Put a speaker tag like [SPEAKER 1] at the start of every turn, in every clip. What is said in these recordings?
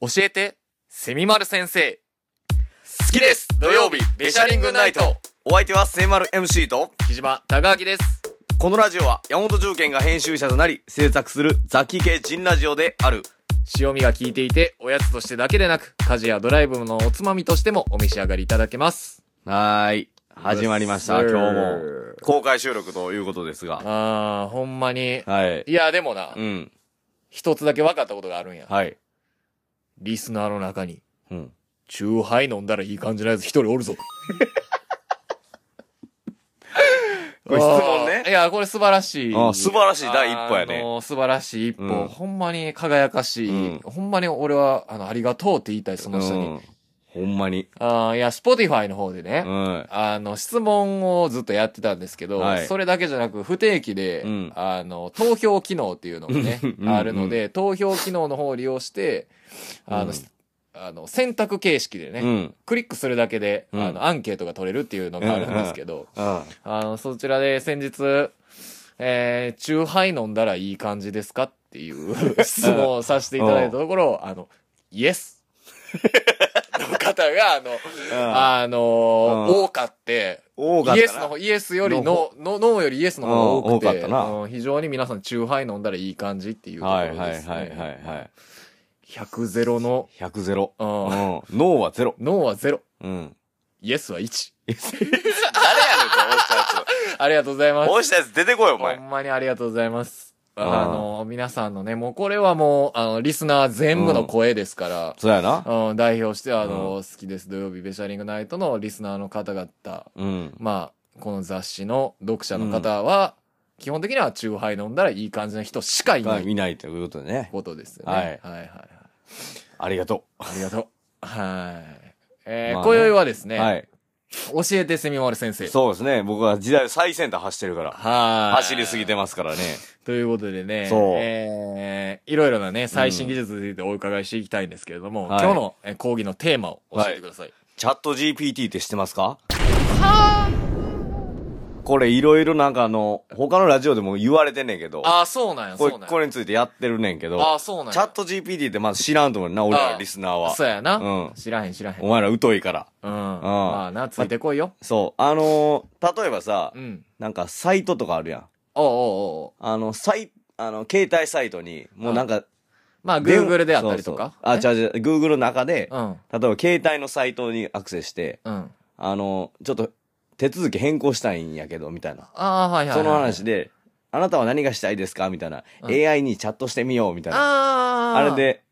[SPEAKER 1] 教えてセミマル先生好きです土曜日ベシャリングナイト
[SPEAKER 2] お相手は聖丸 MC と
[SPEAKER 1] 木島高明です
[SPEAKER 2] このラジオは山本重建が編集者となり制作するザキ系人ラジオである
[SPEAKER 1] 塩味が効いていておやつとしてだけでなく家事やドライブのおつまみとしてもお召し上がりいただけます
[SPEAKER 2] はーい始まりました
[SPEAKER 1] うっ
[SPEAKER 2] 今
[SPEAKER 1] す
[SPEAKER 2] 日も公開収録ということですが
[SPEAKER 1] あーほんまに
[SPEAKER 2] はい
[SPEAKER 1] いやでもな
[SPEAKER 2] うん
[SPEAKER 1] 一つだけ分かったことがあるんや
[SPEAKER 2] はい
[SPEAKER 1] リスナーの中に
[SPEAKER 2] うん
[SPEAKER 1] チューハイ飲んだらいい感じのやつ一人おるぞ
[SPEAKER 2] これ質問ね
[SPEAKER 1] あーいやこれ素晴らしい
[SPEAKER 2] あー素晴らしい第一歩やね
[SPEAKER 1] あのー素晴らしい一歩、
[SPEAKER 2] うん
[SPEAKER 1] ほんまに輝かしい、
[SPEAKER 2] うん
[SPEAKER 1] ほんまに俺はあのありがとうって言いたいその人に、
[SPEAKER 2] うんほんまに
[SPEAKER 1] あーいや Spotify の方でね、
[SPEAKER 2] うん
[SPEAKER 1] あの、質問をずっとやってたんですけど、
[SPEAKER 2] はい
[SPEAKER 1] それだけじゃなく、不定期で、
[SPEAKER 2] うん
[SPEAKER 1] あの、投票機能っていうのがね
[SPEAKER 2] うんう、ん
[SPEAKER 1] あるので、投票機能の方を利用して、あ
[SPEAKER 2] うん
[SPEAKER 1] の、すあの選択形式でね、
[SPEAKER 2] うん
[SPEAKER 1] クリックするだけで、
[SPEAKER 2] うん
[SPEAKER 1] あの、アンケートが取れるっていうのがあるんですけど、
[SPEAKER 2] あ
[SPEAKER 1] あの、そちらで先日、えー、チューハイ飲んだらいい感じですかっていう 質問をさせていただいたところ、あの、イエスの方が、あの、
[SPEAKER 2] あ
[SPEAKER 1] あのー
[SPEAKER 2] うん
[SPEAKER 1] 多かって、
[SPEAKER 2] 多かったな
[SPEAKER 1] イエスの方、イエスよりの、の、ノーよりイエスの方が多くて、
[SPEAKER 2] うん多かったな
[SPEAKER 1] うん非常に皆さん、チューハイ飲んだらいい感じっていうところ
[SPEAKER 2] はいはい
[SPEAKER 1] です、ね。
[SPEAKER 2] はいはいはい
[SPEAKER 1] 100ゼロの、
[SPEAKER 2] 100ゼロ
[SPEAKER 1] う
[SPEAKER 2] うん
[SPEAKER 1] ん、
[SPEAKER 2] ノーはゼロ
[SPEAKER 1] ノーはゼロ、
[SPEAKER 2] うん
[SPEAKER 1] イエスは1。
[SPEAKER 2] 誰やねんこれ押したや
[SPEAKER 1] ありがとうございま
[SPEAKER 2] つ
[SPEAKER 1] す。
[SPEAKER 2] 押したやつ出てこいお
[SPEAKER 1] ほ
[SPEAKER 2] 前
[SPEAKER 1] んまにありがとうございます。
[SPEAKER 2] うん
[SPEAKER 1] あの、皆さんのね、もうこれはもう、あの、リスナー全部の声ですから、
[SPEAKER 2] そうやな
[SPEAKER 1] うん、代表して、あの、好きです土曜日ベシャリングナイトのリスナーの方々、
[SPEAKER 2] うん
[SPEAKER 1] まあ、この雑誌の読者の方は、基本的にはチューハイ飲んだらいい感じの人しかいな
[SPEAKER 2] が
[SPEAKER 1] い
[SPEAKER 2] 見ないということでね
[SPEAKER 1] ことですよね。
[SPEAKER 2] はい
[SPEAKER 1] はいはい。
[SPEAKER 2] ありがと
[SPEAKER 1] ありが とう。はい。えー
[SPEAKER 2] まあね
[SPEAKER 1] 今宵はです
[SPEAKER 2] う
[SPEAKER 1] ね、
[SPEAKER 2] はい
[SPEAKER 1] 教えてセミマル先生。
[SPEAKER 2] そうですね僕は時代の最先端走ってるから
[SPEAKER 1] はい。
[SPEAKER 2] 走りすぎてますからね
[SPEAKER 1] ということでね、
[SPEAKER 2] そう
[SPEAKER 1] えーいろいろなね、最新技術についてお伺いしていきたいんですけれども、
[SPEAKER 2] はい
[SPEAKER 1] 今日のえー講義のテーマを教えてください。
[SPEAKER 2] チャット GPT って知ってますかこれいろいろなんかあの他のラジオでも言われてんねんけど
[SPEAKER 1] ああ、そうなんや、そ
[SPEAKER 2] こ
[SPEAKER 1] う
[SPEAKER 2] れ
[SPEAKER 1] なんや。
[SPEAKER 2] これについてやってるねんけど
[SPEAKER 1] ああ、そうなんや。
[SPEAKER 2] チャット GPT ってまず知らんと思うねんな俺らリスナーは
[SPEAKER 1] そうやな。
[SPEAKER 2] うん
[SPEAKER 1] 知らへん、知らへん。う
[SPEAKER 2] お
[SPEAKER 1] ん。
[SPEAKER 2] 前ら疎いから
[SPEAKER 1] まあな、ついてこいよ。
[SPEAKER 2] そうあのー例えばさ
[SPEAKER 1] うん。
[SPEAKER 2] なんかサイトとかあるやん
[SPEAKER 1] おうおうおう
[SPEAKER 2] あのサイあの携帯サイトにもうなんか
[SPEAKER 1] まあ、
[SPEAKER 2] 電話
[SPEAKER 1] Google であったりとか。
[SPEAKER 2] そうそ
[SPEAKER 1] ゃ
[SPEAKER 2] うあ、違う違う、Google の中で、
[SPEAKER 1] うん。
[SPEAKER 2] 例えば携帯のサイトにアクセスして、
[SPEAKER 1] うん。
[SPEAKER 2] あの、ちょっと手続き変更したいんやけど、みたいな。
[SPEAKER 1] ああ、はいはい、はい。
[SPEAKER 2] その話。で、あなたは何がしたいですかみたいな、
[SPEAKER 1] うん
[SPEAKER 2] AI にチャットしてみよう、みたいな。
[SPEAKER 1] あ
[SPEAKER 2] あ
[SPEAKER 1] あ。
[SPEAKER 2] れ。で、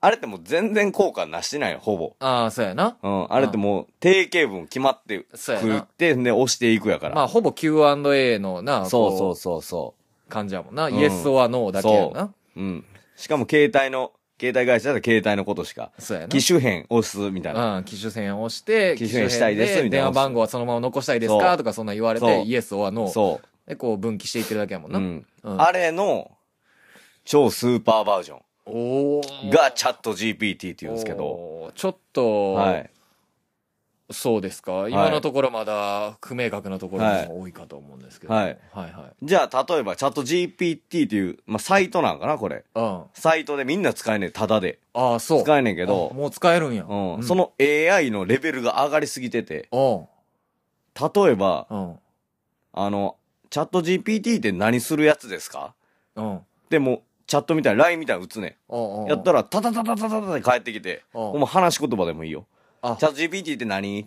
[SPEAKER 2] あれってもう全然効果なしてないよ、ほぼ。
[SPEAKER 1] ああ、そうやな。
[SPEAKER 2] うん、あれってもう定型文決まって
[SPEAKER 1] そうや
[SPEAKER 2] く
[SPEAKER 1] な
[SPEAKER 2] って、で、押していくやから。
[SPEAKER 1] まあ、ほぼ Q&A のな、
[SPEAKER 2] そうそう
[SPEAKER 1] こ
[SPEAKER 2] そうそう
[SPEAKER 1] 感じやもんな。
[SPEAKER 2] ん
[SPEAKER 1] Yes or No だけやな。
[SPEAKER 2] う。うん。しかも携帯の、携帯会社だったら携帯のことしか。
[SPEAKER 1] そうやな。
[SPEAKER 2] 機種変押す、みたいな。
[SPEAKER 1] うん、機種線を押して、
[SPEAKER 2] 機種変したいですみたい
[SPEAKER 1] 電
[SPEAKER 2] な
[SPEAKER 1] 話番号はそのまま残したいです
[SPEAKER 2] そ
[SPEAKER 1] か
[SPEAKER 2] う
[SPEAKER 1] とかそんなん言われ
[SPEAKER 2] そう
[SPEAKER 1] て、イエスはノー。
[SPEAKER 2] そ
[SPEAKER 1] で、こう分岐していってるだけやもん
[SPEAKER 2] う。
[SPEAKER 1] な。
[SPEAKER 2] うん。
[SPEAKER 1] うん
[SPEAKER 2] あれの超スーパーバージョン
[SPEAKER 1] お
[SPEAKER 2] がチ
[SPEAKER 1] ャ
[SPEAKER 2] ャット GPT って言うんですけど、
[SPEAKER 1] ど。ちょっと、
[SPEAKER 2] はい。
[SPEAKER 1] そうですか。今のところまだ不明確なところも多いかと思うんですけど。
[SPEAKER 2] はい。
[SPEAKER 1] はいはい。
[SPEAKER 2] じゃあ、例えばチャット GPT という、まあ、サイトなんかな、これ。
[SPEAKER 1] うん。あ
[SPEAKER 2] サイトでみんな使えねえ、タダで。
[SPEAKER 1] あ、そう。
[SPEAKER 2] 使えねえけ
[SPEAKER 1] あ
[SPEAKER 2] ど、
[SPEAKER 1] もう使えるんや。
[SPEAKER 2] うん、
[SPEAKER 1] うん
[SPEAKER 2] そ、の AI のレベルが上がりすぎてて、
[SPEAKER 1] うん。
[SPEAKER 2] 例えば、
[SPEAKER 1] うん。
[SPEAKER 2] あの、チャット GPT って何するやつですか
[SPEAKER 1] うん。
[SPEAKER 2] でも、チャットみたいな、LINE みたいなの打つね
[SPEAKER 1] うん
[SPEAKER 2] ん。やったら、タタタタタタタで返ってきて、
[SPEAKER 1] うん
[SPEAKER 2] お前話し言葉でもいいよ。
[SPEAKER 1] あ
[SPEAKER 2] チャット GPT って何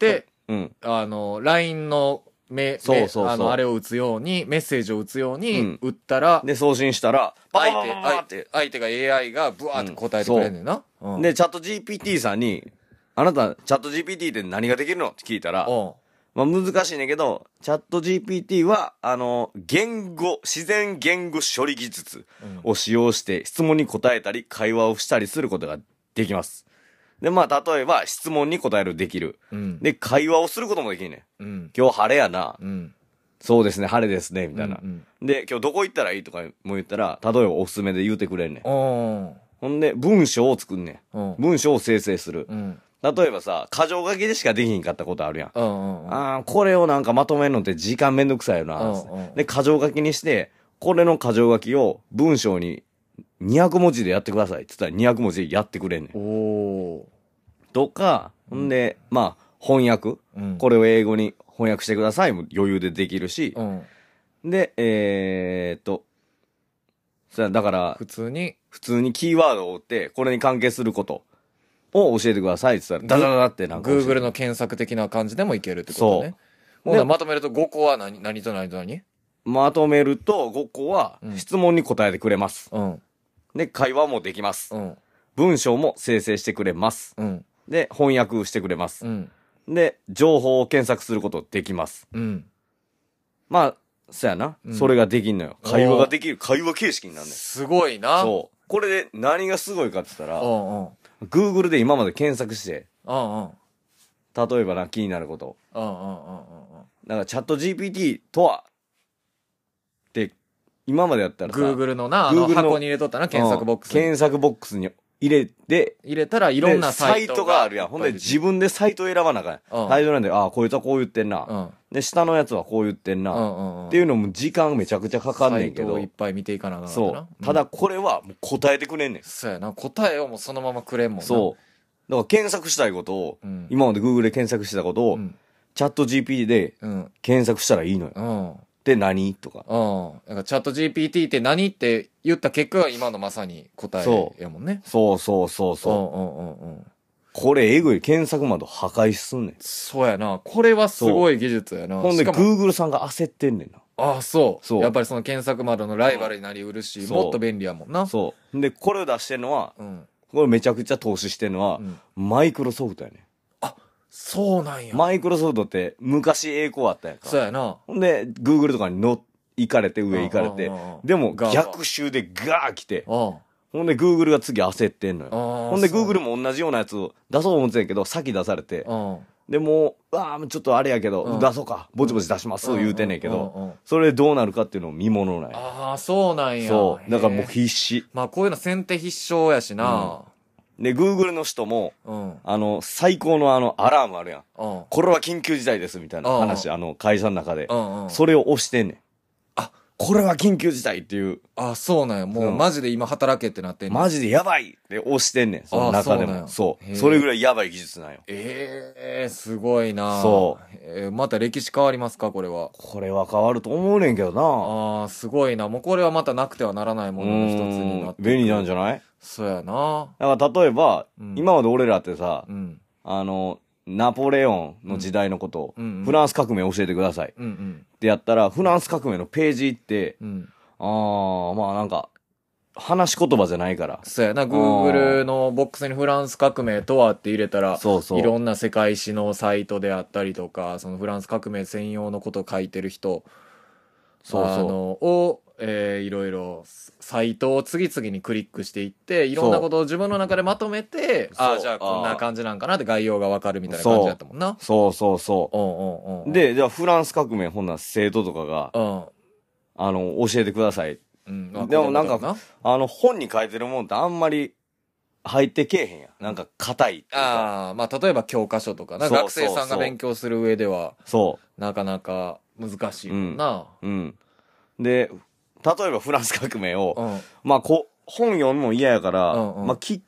[SPEAKER 1] で、
[SPEAKER 2] うん。
[SPEAKER 1] あの、LINE のめ、
[SPEAKER 2] そうそうそう
[SPEAKER 1] めあの、あれを打つように、メッセージを打つよう
[SPEAKER 2] うん
[SPEAKER 1] に、打ったら、
[SPEAKER 2] で、送信したら、バ
[SPEAKER 1] 相
[SPEAKER 2] ー
[SPEAKER 1] 手
[SPEAKER 2] ンバーンバーン
[SPEAKER 1] 相
[SPEAKER 2] って
[SPEAKER 1] 手、相手が AI がブワーって答えてくれるねんな。うん
[SPEAKER 2] で、チャット GPT さんに、あなた、チャット GPT って何ができるのって聞いたら、
[SPEAKER 1] うん。
[SPEAKER 2] まあ難しいねんけど、チャット GPT は、あの、言語、自然言語処理技術
[SPEAKER 1] うん
[SPEAKER 2] を使用して、質問に答えたり、会話をしたりすることができます。で、まあ、例えば、質問に答えるできる。
[SPEAKER 1] うん。
[SPEAKER 2] で、会話をすることもできんねん。
[SPEAKER 1] うん。
[SPEAKER 2] 今日晴れやな。
[SPEAKER 1] うん。
[SPEAKER 2] そうですね、晴れですね、みたいな
[SPEAKER 1] う。ん
[SPEAKER 2] で、今日どこ行ったらいいとかも言ったら、例えばおすすめで言うてくれんねん。
[SPEAKER 1] うん。
[SPEAKER 2] ほんで、文章を作んね
[SPEAKER 1] うん。
[SPEAKER 2] ん。文章を生成する。
[SPEAKER 1] うん。
[SPEAKER 2] 例えばさ、箇条書きでしかできひんかったことあるやん。
[SPEAKER 1] うん。うん。
[SPEAKER 2] ああ、これをなんかまとめるのって時間めんどくさいよな
[SPEAKER 1] うんうん。
[SPEAKER 2] で、箇条書きにして、これの箇条書きを文章に200文字でやってくださいって言ったら200文字でやってくれんねん
[SPEAKER 1] お。お
[SPEAKER 2] とか、ほんで、まあ、翻訳。
[SPEAKER 1] ー。うん
[SPEAKER 2] これを英語に翻訳してくださいも余裕でできるし。
[SPEAKER 1] うん。
[SPEAKER 2] で、えー、っと、それだから
[SPEAKER 1] 普、通に、
[SPEAKER 2] 普通にキーワードを追って、これに関係することを教えてくださいって言ったら、ダダダダってなんか教えて。
[SPEAKER 1] Google の検索的な感じでもいけるってことね。
[SPEAKER 2] そう
[SPEAKER 1] ほな
[SPEAKER 2] で
[SPEAKER 1] まとめると5個は何何と何と何
[SPEAKER 2] まとめると5個は
[SPEAKER 1] うん
[SPEAKER 2] 質問に答えてくれます。
[SPEAKER 1] うん。
[SPEAKER 2] で、会話もできます。
[SPEAKER 1] うん。
[SPEAKER 2] 文章も生成してくれます。
[SPEAKER 1] うん。
[SPEAKER 2] で、翻訳してくれます
[SPEAKER 1] う。ん。
[SPEAKER 2] で、情報を検索することできます。
[SPEAKER 1] うん。
[SPEAKER 2] まあ、そやな。
[SPEAKER 1] うん
[SPEAKER 2] それができんのよ。
[SPEAKER 1] おー
[SPEAKER 2] 会話ができる。会話形式になんねん。
[SPEAKER 1] すごいな。
[SPEAKER 2] そう。これで何がすごいかって言った
[SPEAKER 1] うんう
[SPEAKER 2] ら、
[SPEAKER 1] ん。
[SPEAKER 2] Google で今まで検索して、
[SPEAKER 1] うんうん。
[SPEAKER 2] 例えばな、気になること。
[SPEAKER 1] うんうんうんうんうん。
[SPEAKER 2] なんかチャット GPT とはって、今までやったらさ、
[SPEAKER 1] Google のな、あの
[SPEAKER 2] Google の
[SPEAKER 1] 箱に入れとったな、検索ボックス
[SPEAKER 2] うん
[SPEAKER 1] に。
[SPEAKER 2] 検索ボックスに入れて、
[SPEAKER 1] 入れたらいろんな
[SPEAKER 2] で
[SPEAKER 1] サイトが。
[SPEAKER 2] があるやん。ほんで自分でサイト選ばなあかんやん。
[SPEAKER 1] うん
[SPEAKER 2] サイトなんで、ああ、こいつはこう言ってんな。
[SPEAKER 1] うん。うん
[SPEAKER 2] で、下のやつはこう言ってんな。
[SPEAKER 1] うんうんうん。
[SPEAKER 2] っていうのも時間めちゃくちゃかかんねんけ
[SPEAKER 1] サイトを
[SPEAKER 2] ど
[SPEAKER 1] いっ。ぱい見ていかなあかんから
[SPEAKER 2] そ
[SPEAKER 1] な
[SPEAKER 2] う。た、
[SPEAKER 1] ん
[SPEAKER 2] だこれはもう答えてくれんねん。
[SPEAKER 1] そうやな。答えをもうそのままくれんもんな。
[SPEAKER 2] そう。だから検索したいことを、
[SPEAKER 1] うん。
[SPEAKER 2] 今まで Google で検索してたことを、
[SPEAKER 1] うん。
[SPEAKER 2] チャット GPT で
[SPEAKER 1] うん。
[SPEAKER 2] 検索したらいいのよ。
[SPEAKER 1] うん。
[SPEAKER 2] で、何とか。
[SPEAKER 1] うん。だからチャット GPT って何って言った結果が今のまさに答
[SPEAKER 2] そ
[SPEAKER 1] えやもんね。
[SPEAKER 2] そうそうそう
[SPEAKER 1] うん
[SPEAKER 2] そう。
[SPEAKER 1] うんうんうん。
[SPEAKER 2] これえぐい。検索窓破壊すんねん。
[SPEAKER 1] そうやな。これはすごい技術やな。
[SPEAKER 2] ほん
[SPEAKER 1] し
[SPEAKER 2] で
[SPEAKER 1] かも
[SPEAKER 2] Google さんが焦ってんねんな。
[SPEAKER 1] ああ、そう。
[SPEAKER 2] そう
[SPEAKER 1] やっぱりその検索窓のライバルになりうるし、
[SPEAKER 2] そう
[SPEAKER 1] もっと便利やもんな。
[SPEAKER 2] そう。で、これを出してんのは、
[SPEAKER 1] うん。
[SPEAKER 2] これめちゃくちゃ投資してんのは
[SPEAKER 1] う、ん。
[SPEAKER 2] マイクロソフトやね
[SPEAKER 1] そうなんや。
[SPEAKER 2] ん。マイクロソフトって昔栄光あったやんか。
[SPEAKER 1] そうやな。
[SPEAKER 2] ほんで、Google とかに乗行かれて、上行かれて
[SPEAKER 1] うんうんうん。
[SPEAKER 2] でも、
[SPEAKER 1] ガー
[SPEAKER 2] 逆襲でガー来て。
[SPEAKER 1] うん。
[SPEAKER 2] ほんで、Google が次焦ってんのよ。
[SPEAKER 1] ほ
[SPEAKER 2] ほんで、Google も同じようなやつを出そう思ってんやけど、先出されて。
[SPEAKER 1] も、
[SPEAKER 2] で、もう、うわあちょっとあれやけど、
[SPEAKER 1] うん
[SPEAKER 2] 出そうか。ぼちぼち出します、
[SPEAKER 1] うん
[SPEAKER 2] 言うてんねんけど、
[SPEAKER 1] うんうんうん
[SPEAKER 2] それどうなるかっていうのを見ものない。
[SPEAKER 1] ああ、そうなんや。
[SPEAKER 2] そう。だからもう
[SPEAKER 1] へえ
[SPEAKER 2] 必死。
[SPEAKER 1] まあこういうの先手必勝やしな。
[SPEAKER 2] で、Google の人も、
[SPEAKER 1] うん。うん。
[SPEAKER 2] あの、最高のあの、アラームあるやん。
[SPEAKER 1] うん。
[SPEAKER 2] これは緊急事態です、みたいな話、
[SPEAKER 1] うん
[SPEAKER 2] あの、会社の中で
[SPEAKER 1] う。んうん。
[SPEAKER 2] それを押してんねん。
[SPEAKER 1] あ、
[SPEAKER 2] これは緊急事態っていう、
[SPEAKER 1] あ、そうなんや。もう
[SPEAKER 2] うん
[SPEAKER 1] マジで今働けってなってんの。
[SPEAKER 2] マジでやばいって押してんねん、その中で
[SPEAKER 1] あー
[SPEAKER 2] も。
[SPEAKER 1] そ
[SPEAKER 2] そう
[SPEAKER 1] なんやへ
[SPEAKER 2] う。
[SPEAKER 1] ー
[SPEAKER 2] それぐらいやばい技術なんよ。
[SPEAKER 1] ええすごいな。。
[SPEAKER 2] そう
[SPEAKER 1] えーまた歴史変わりますか、これは。
[SPEAKER 2] これは変わると思うねんけどな。
[SPEAKER 1] ああ、すごいな。もうこれはまたなくてはならないも
[SPEAKER 2] う
[SPEAKER 1] のの一つにな
[SPEAKER 2] ー
[SPEAKER 1] っ
[SPEAKER 2] ん
[SPEAKER 1] て。
[SPEAKER 2] 便利なん
[SPEAKER 1] ゃ。
[SPEAKER 2] じゃない
[SPEAKER 1] そうやな。
[SPEAKER 2] だから例えば、
[SPEAKER 1] うん
[SPEAKER 2] 今まで俺らってさ
[SPEAKER 1] う、ん。
[SPEAKER 2] あの、ナポレオンの時代のことを、
[SPEAKER 1] うんうんうん
[SPEAKER 2] フランス革命教えてくださいっ
[SPEAKER 1] うんうん。
[SPEAKER 2] てやったら、フランス革命のページ行って、
[SPEAKER 1] うん。
[SPEAKER 2] あー、まあなんか、話し言葉じゃないから。
[SPEAKER 1] そうやな。
[SPEAKER 2] ー
[SPEAKER 1] Google のボックスにフランス革命とはって入れたら、
[SPEAKER 2] そうそう。
[SPEAKER 1] いろんな世界史のサイトであったりとかそのフランス革命専用のことを書いてる人
[SPEAKER 2] そう
[SPEAKER 1] あ
[SPEAKER 2] そ
[SPEAKER 1] のを、えーいろいろサイトを次々にクリックしていっていろんなことを自分の中でまとめて
[SPEAKER 2] そう
[SPEAKER 1] ああじゃあこんな感じなんかなって概要がわかるみたいな感じだったもんな。
[SPEAKER 2] う。そうそうそ
[SPEAKER 1] うんうんうん
[SPEAKER 2] う。で、じゃあフランス革命、ほんなら生徒とかが、
[SPEAKER 1] うん
[SPEAKER 2] あの、教えてください。
[SPEAKER 1] うん、
[SPEAKER 2] でもなんか
[SPEAKER 1] あ
[SPEAKER 2] あの、本に書いてるもんってあんまり入ってけえへんやん。なんか硬いっていうか。
[SPEAKER 1] あーまあ例えば教科書とかな
[SPEAKER 2] そう
[SPEAKER 1] 学生さん
[SPEAKER 2] そ
[SPEAKER 1] が
[SPEAKER 2] うそう
[SPEAKER 1] 勉強する上では
[SPEAKER 2] そ
[SPEAKER 1] なかなか難しいもんな。
[SPEAKER 2] う。うん。で、例えばフランス革命を、
[SPEAKER 1] うん
[SPEAKER 2] まあこう、本読むの嫌やから、
[SPEAKER 1] うんうん
[SPEAKER 2] まあき、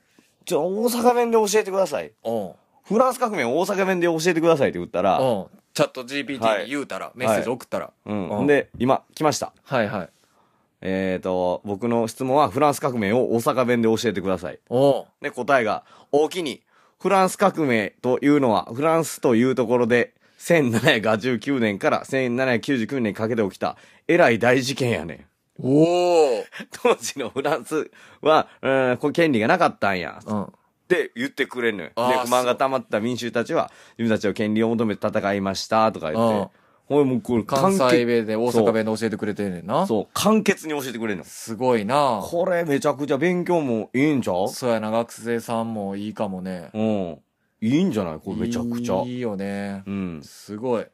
[SPEAKER 2] ちょ、大阪弁で教えてください。
[SPEAKER 1] うん
[SPEAKER 2] フランス革命を大阪弁で教えてくださいって言ったら、
[SPEAKER 1] うん、チャット GPT に言うたら、メッセージ送ったら、
[SPEAKER 2] うん。
[SPEAKER 1] うん
[SPEAKER 2] で、今、来ました。
[SPEAKER 1] はいはい。
[SPEAKER 2] えっ、と、僕の質問はフランス革命を大阪弁で教えてください。
[SPEAKER 1] おう
[SPEAKER 2] で、答えが、大きに、フランス革命というのは、フランスというところで、1789年から1799年にかけて起きた、えらい大事件やねん。
[SPEAKER 1] おお
[SPEAKER 2] 当時のフランスは、うん、これ権利がなかったんや。っ
[SPEAKER 1] うん。
[SPEAKER 2] て言ってくれんのよ。
[SPEAKER 1] あー
[SPEAKER 2] で、不満が溜まった民衆たちは、自分たちの権利を求めて戦いました、とか言
[SPEAKER 1] う
[SPEAKER 2] っ
[SPEAKER 1] ん
[SPEAKER 2] て。ほい、もうこれ、
[SPEAKER 1] 関西
[SPEAKER 2] 潔
[SPEAKER 1] 弁で大阪弁で教えてくれてんねんな。
[SPEAKER 2] そう、簡潔に教えてくれんの。
[SPEAKER 1] すごいな
[SPEAKER 2] これ、めちゃくちゃ勉強もいいんちゃう
[SPEAKER 1] そうやな、学生さんもいいかもね。
[SPEAKER 2] うん。いいんじゃないこれ、めちゃくちゃ。
[SPEAKER 1] いいよね
[SPEAKER 2] う。ん。
[SPEAKER 1] すごい。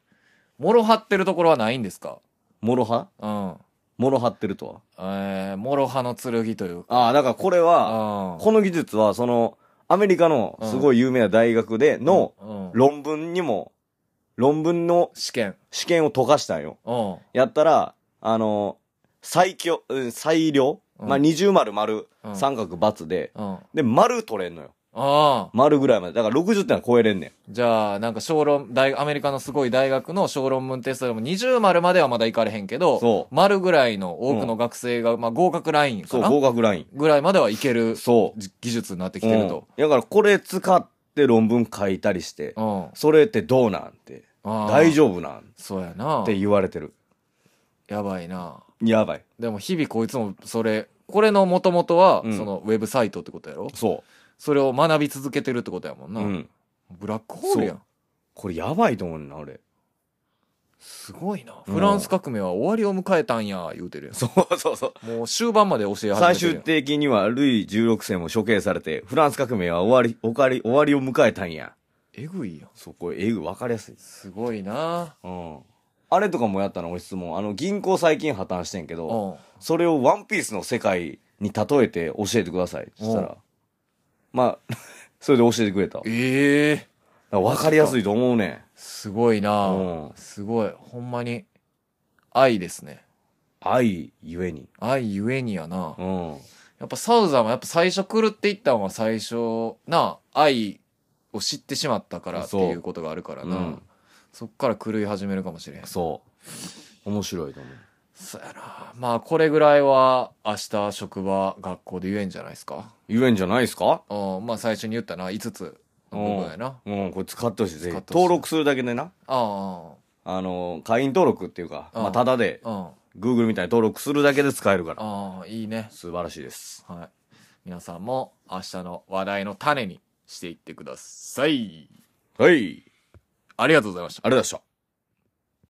[SPEAKER 1] もろ張ってるところはないんですか
[SPEAKER 2] もろは
[SPEAKER 1] うん。
[SPEAKER 2] もろ張ってるとは。
[SPEAKER 1] えー、もろ刃の剣というか。
[SPEAKER 2] ああ、だからこれは、
[SPEAKER 1] あ
[SPEAKER 2] この技術は、その、アメリカのすごい有名な大学での
[SPEAKER 1] の
[SPEAKER 2] 論文にも、論文の
[SPEAKER 1] 試験。
[SPEAKER 2] 試験を溶かしたんよ。
[SPEAKER 1] うん。
[SPEAKER 2] やったら、あの、最強、うん、最良
[SPEAKER 1] うん
[SPEAKER 2] まあ二重丸丸、
[SPEAKER 1] うん
[SPEAKER 2] 三角×で、
[SPEAKER 1] うん。あ
[SPEAKER 2] で、丸取れんのよ。
[SPEAKER 1] あ。
[SPEAKER 2] 丸ぐらいまで。だから60点は超えれんねん。
[SPEAKER 1] じゃあ、なんか小論、大、アメリカのすごい大学の小論文テストでも20丸まではまだいかれへんけど、
[SPEAKER 2] そう
[SPEAKER 1] 丸ぐらいの多くの学生が、まあ合格ラインか
[SPEAKER 2] そう、
[SPEAKER 1] な
[SPEAKER 2] 合格ライン。
[SPEAKER 1] ぐらいまではいける
[SPEAKER 2] そう。
[SPEAKER 1] じ技術になってきてると。
[SPEAKER 2] うんだからこれ使って論文書いたりして、
[SPEAKER 1] うん。あ
[SPEAKER 2] それってどうなんて、
[SPEAKER 1] あ
[SPEAKER 2] 大丈夫なん
[SPEAKER 1] そうやな
[SPEAKER 2] って。言われてる。
[SPEAKER 1] やばいな。
[SPEAKER 2] やばい。
[SPEAKER 1] でも日々こいつもそれ、これの元々は、
[SPEAKER 2] うん
[SPEAKER 1] そのウェブサイトってことやろ
[SPEAKER 2] そ
[SPEAKER 1] それを学び続けてるってことやもん
[SPEAKER 2] う。
[SPEAKER 1] な。
[SPEAKER 2] うん。
[SPEAKER 1] ブラックホールやん。
[SPEAKER 2] これやばいと思うねんな、俺。
[SPEAKER 1] すごいな。
[SPEAKER 2] うん
[SPEAKER 1] フランス革命は終わりを迎えたんや、言うてるや
[SPEAKER 2] そうそうそう。
[SPEAKER 1] ん。もう終盤まで教え始めてるやん。
[SPEAKER 2] 最終的にはルイ16世も処刑されて、フランス革命は終わり、おかり、終わりを迎えたんや。
[SPEAKER 1] えぐいやん。
[SPEAKER 2] そこ、えぐ、わかりやすいです。
[SPEAKER 1] すごいな。
[SPEAKER 2] うん。あれとかもやったの、俺質問。あの、銀行最近破綻してんけど、
[SPEAKER 1] うん。
[SPEAKER 2] それをワンピースの世界に例えて教えてください。そした
[SPEAKER 1] う
[SPEAKER 2] ら、まあ、 それで教えてくれた。だか
[SPEAKER 1] ええ
[SPEAKER 2] らわかりやすいと思うね。
[SPEAKER 1] すごいうな。
[SPEAKER 2] ん。
[SPEAKER 1] すごい。ほんまに。愛ですね。
[SPEAKER 2] 愛ゆえに。
[SPEAKER 1] 愛ゆえにやな。
[SPEAKER 2] うん。
[SPEAKER 1] やっぱサウザーもやっぱ最初狂っていったのは最初な、愛を知ってしまったからっていうことがあるからな。
[SPEAKER 2] そ
[SPEAKER 1] そうっ
[SPEAKER 2] うん
[SPEAKER 1] から狂い始めるかもしれん。
[SPEAKER 2] そう。面白いと思う。
[SPEAKER 1] そうやな。まあこれぐらいは明日職場、学校で言えんじゃないですか。
[SPEAKER 2] ゆえんじゃないですか
[SPEAKER 1] うん。まあ最初に言ったな、5つの部分やな。
[SPEAKER 2] うん、これ使ってほしい。ぜひ
[SPEAKER 1] 使ってほしい
[SPEAKER 2] 登録するだけでな。
[SPEAKER 1] あ
[SPEAKER 2] あの、会員登録っていうか、
[SPEAKER 1] うん
[SPEAKER 2] まあ、ただで、
[SPEAKER 1] あ、うん。
[SPEAKER 2] Google みたいに登録するだけで使えるから。
[SPEAKER 1] ああ、いいね。
[SPEAKER 2] 素晴らしいです。
[SPEAKER 1] はい。皆さんも明日の話題の種にしていってください。
[SPEAKER 2] はい。あ
[SPEAKER 1] あ
[SPEAKER 2] り
[SPEAKER 1] りがとうございました。
[SPEAKER 2] がとうございました。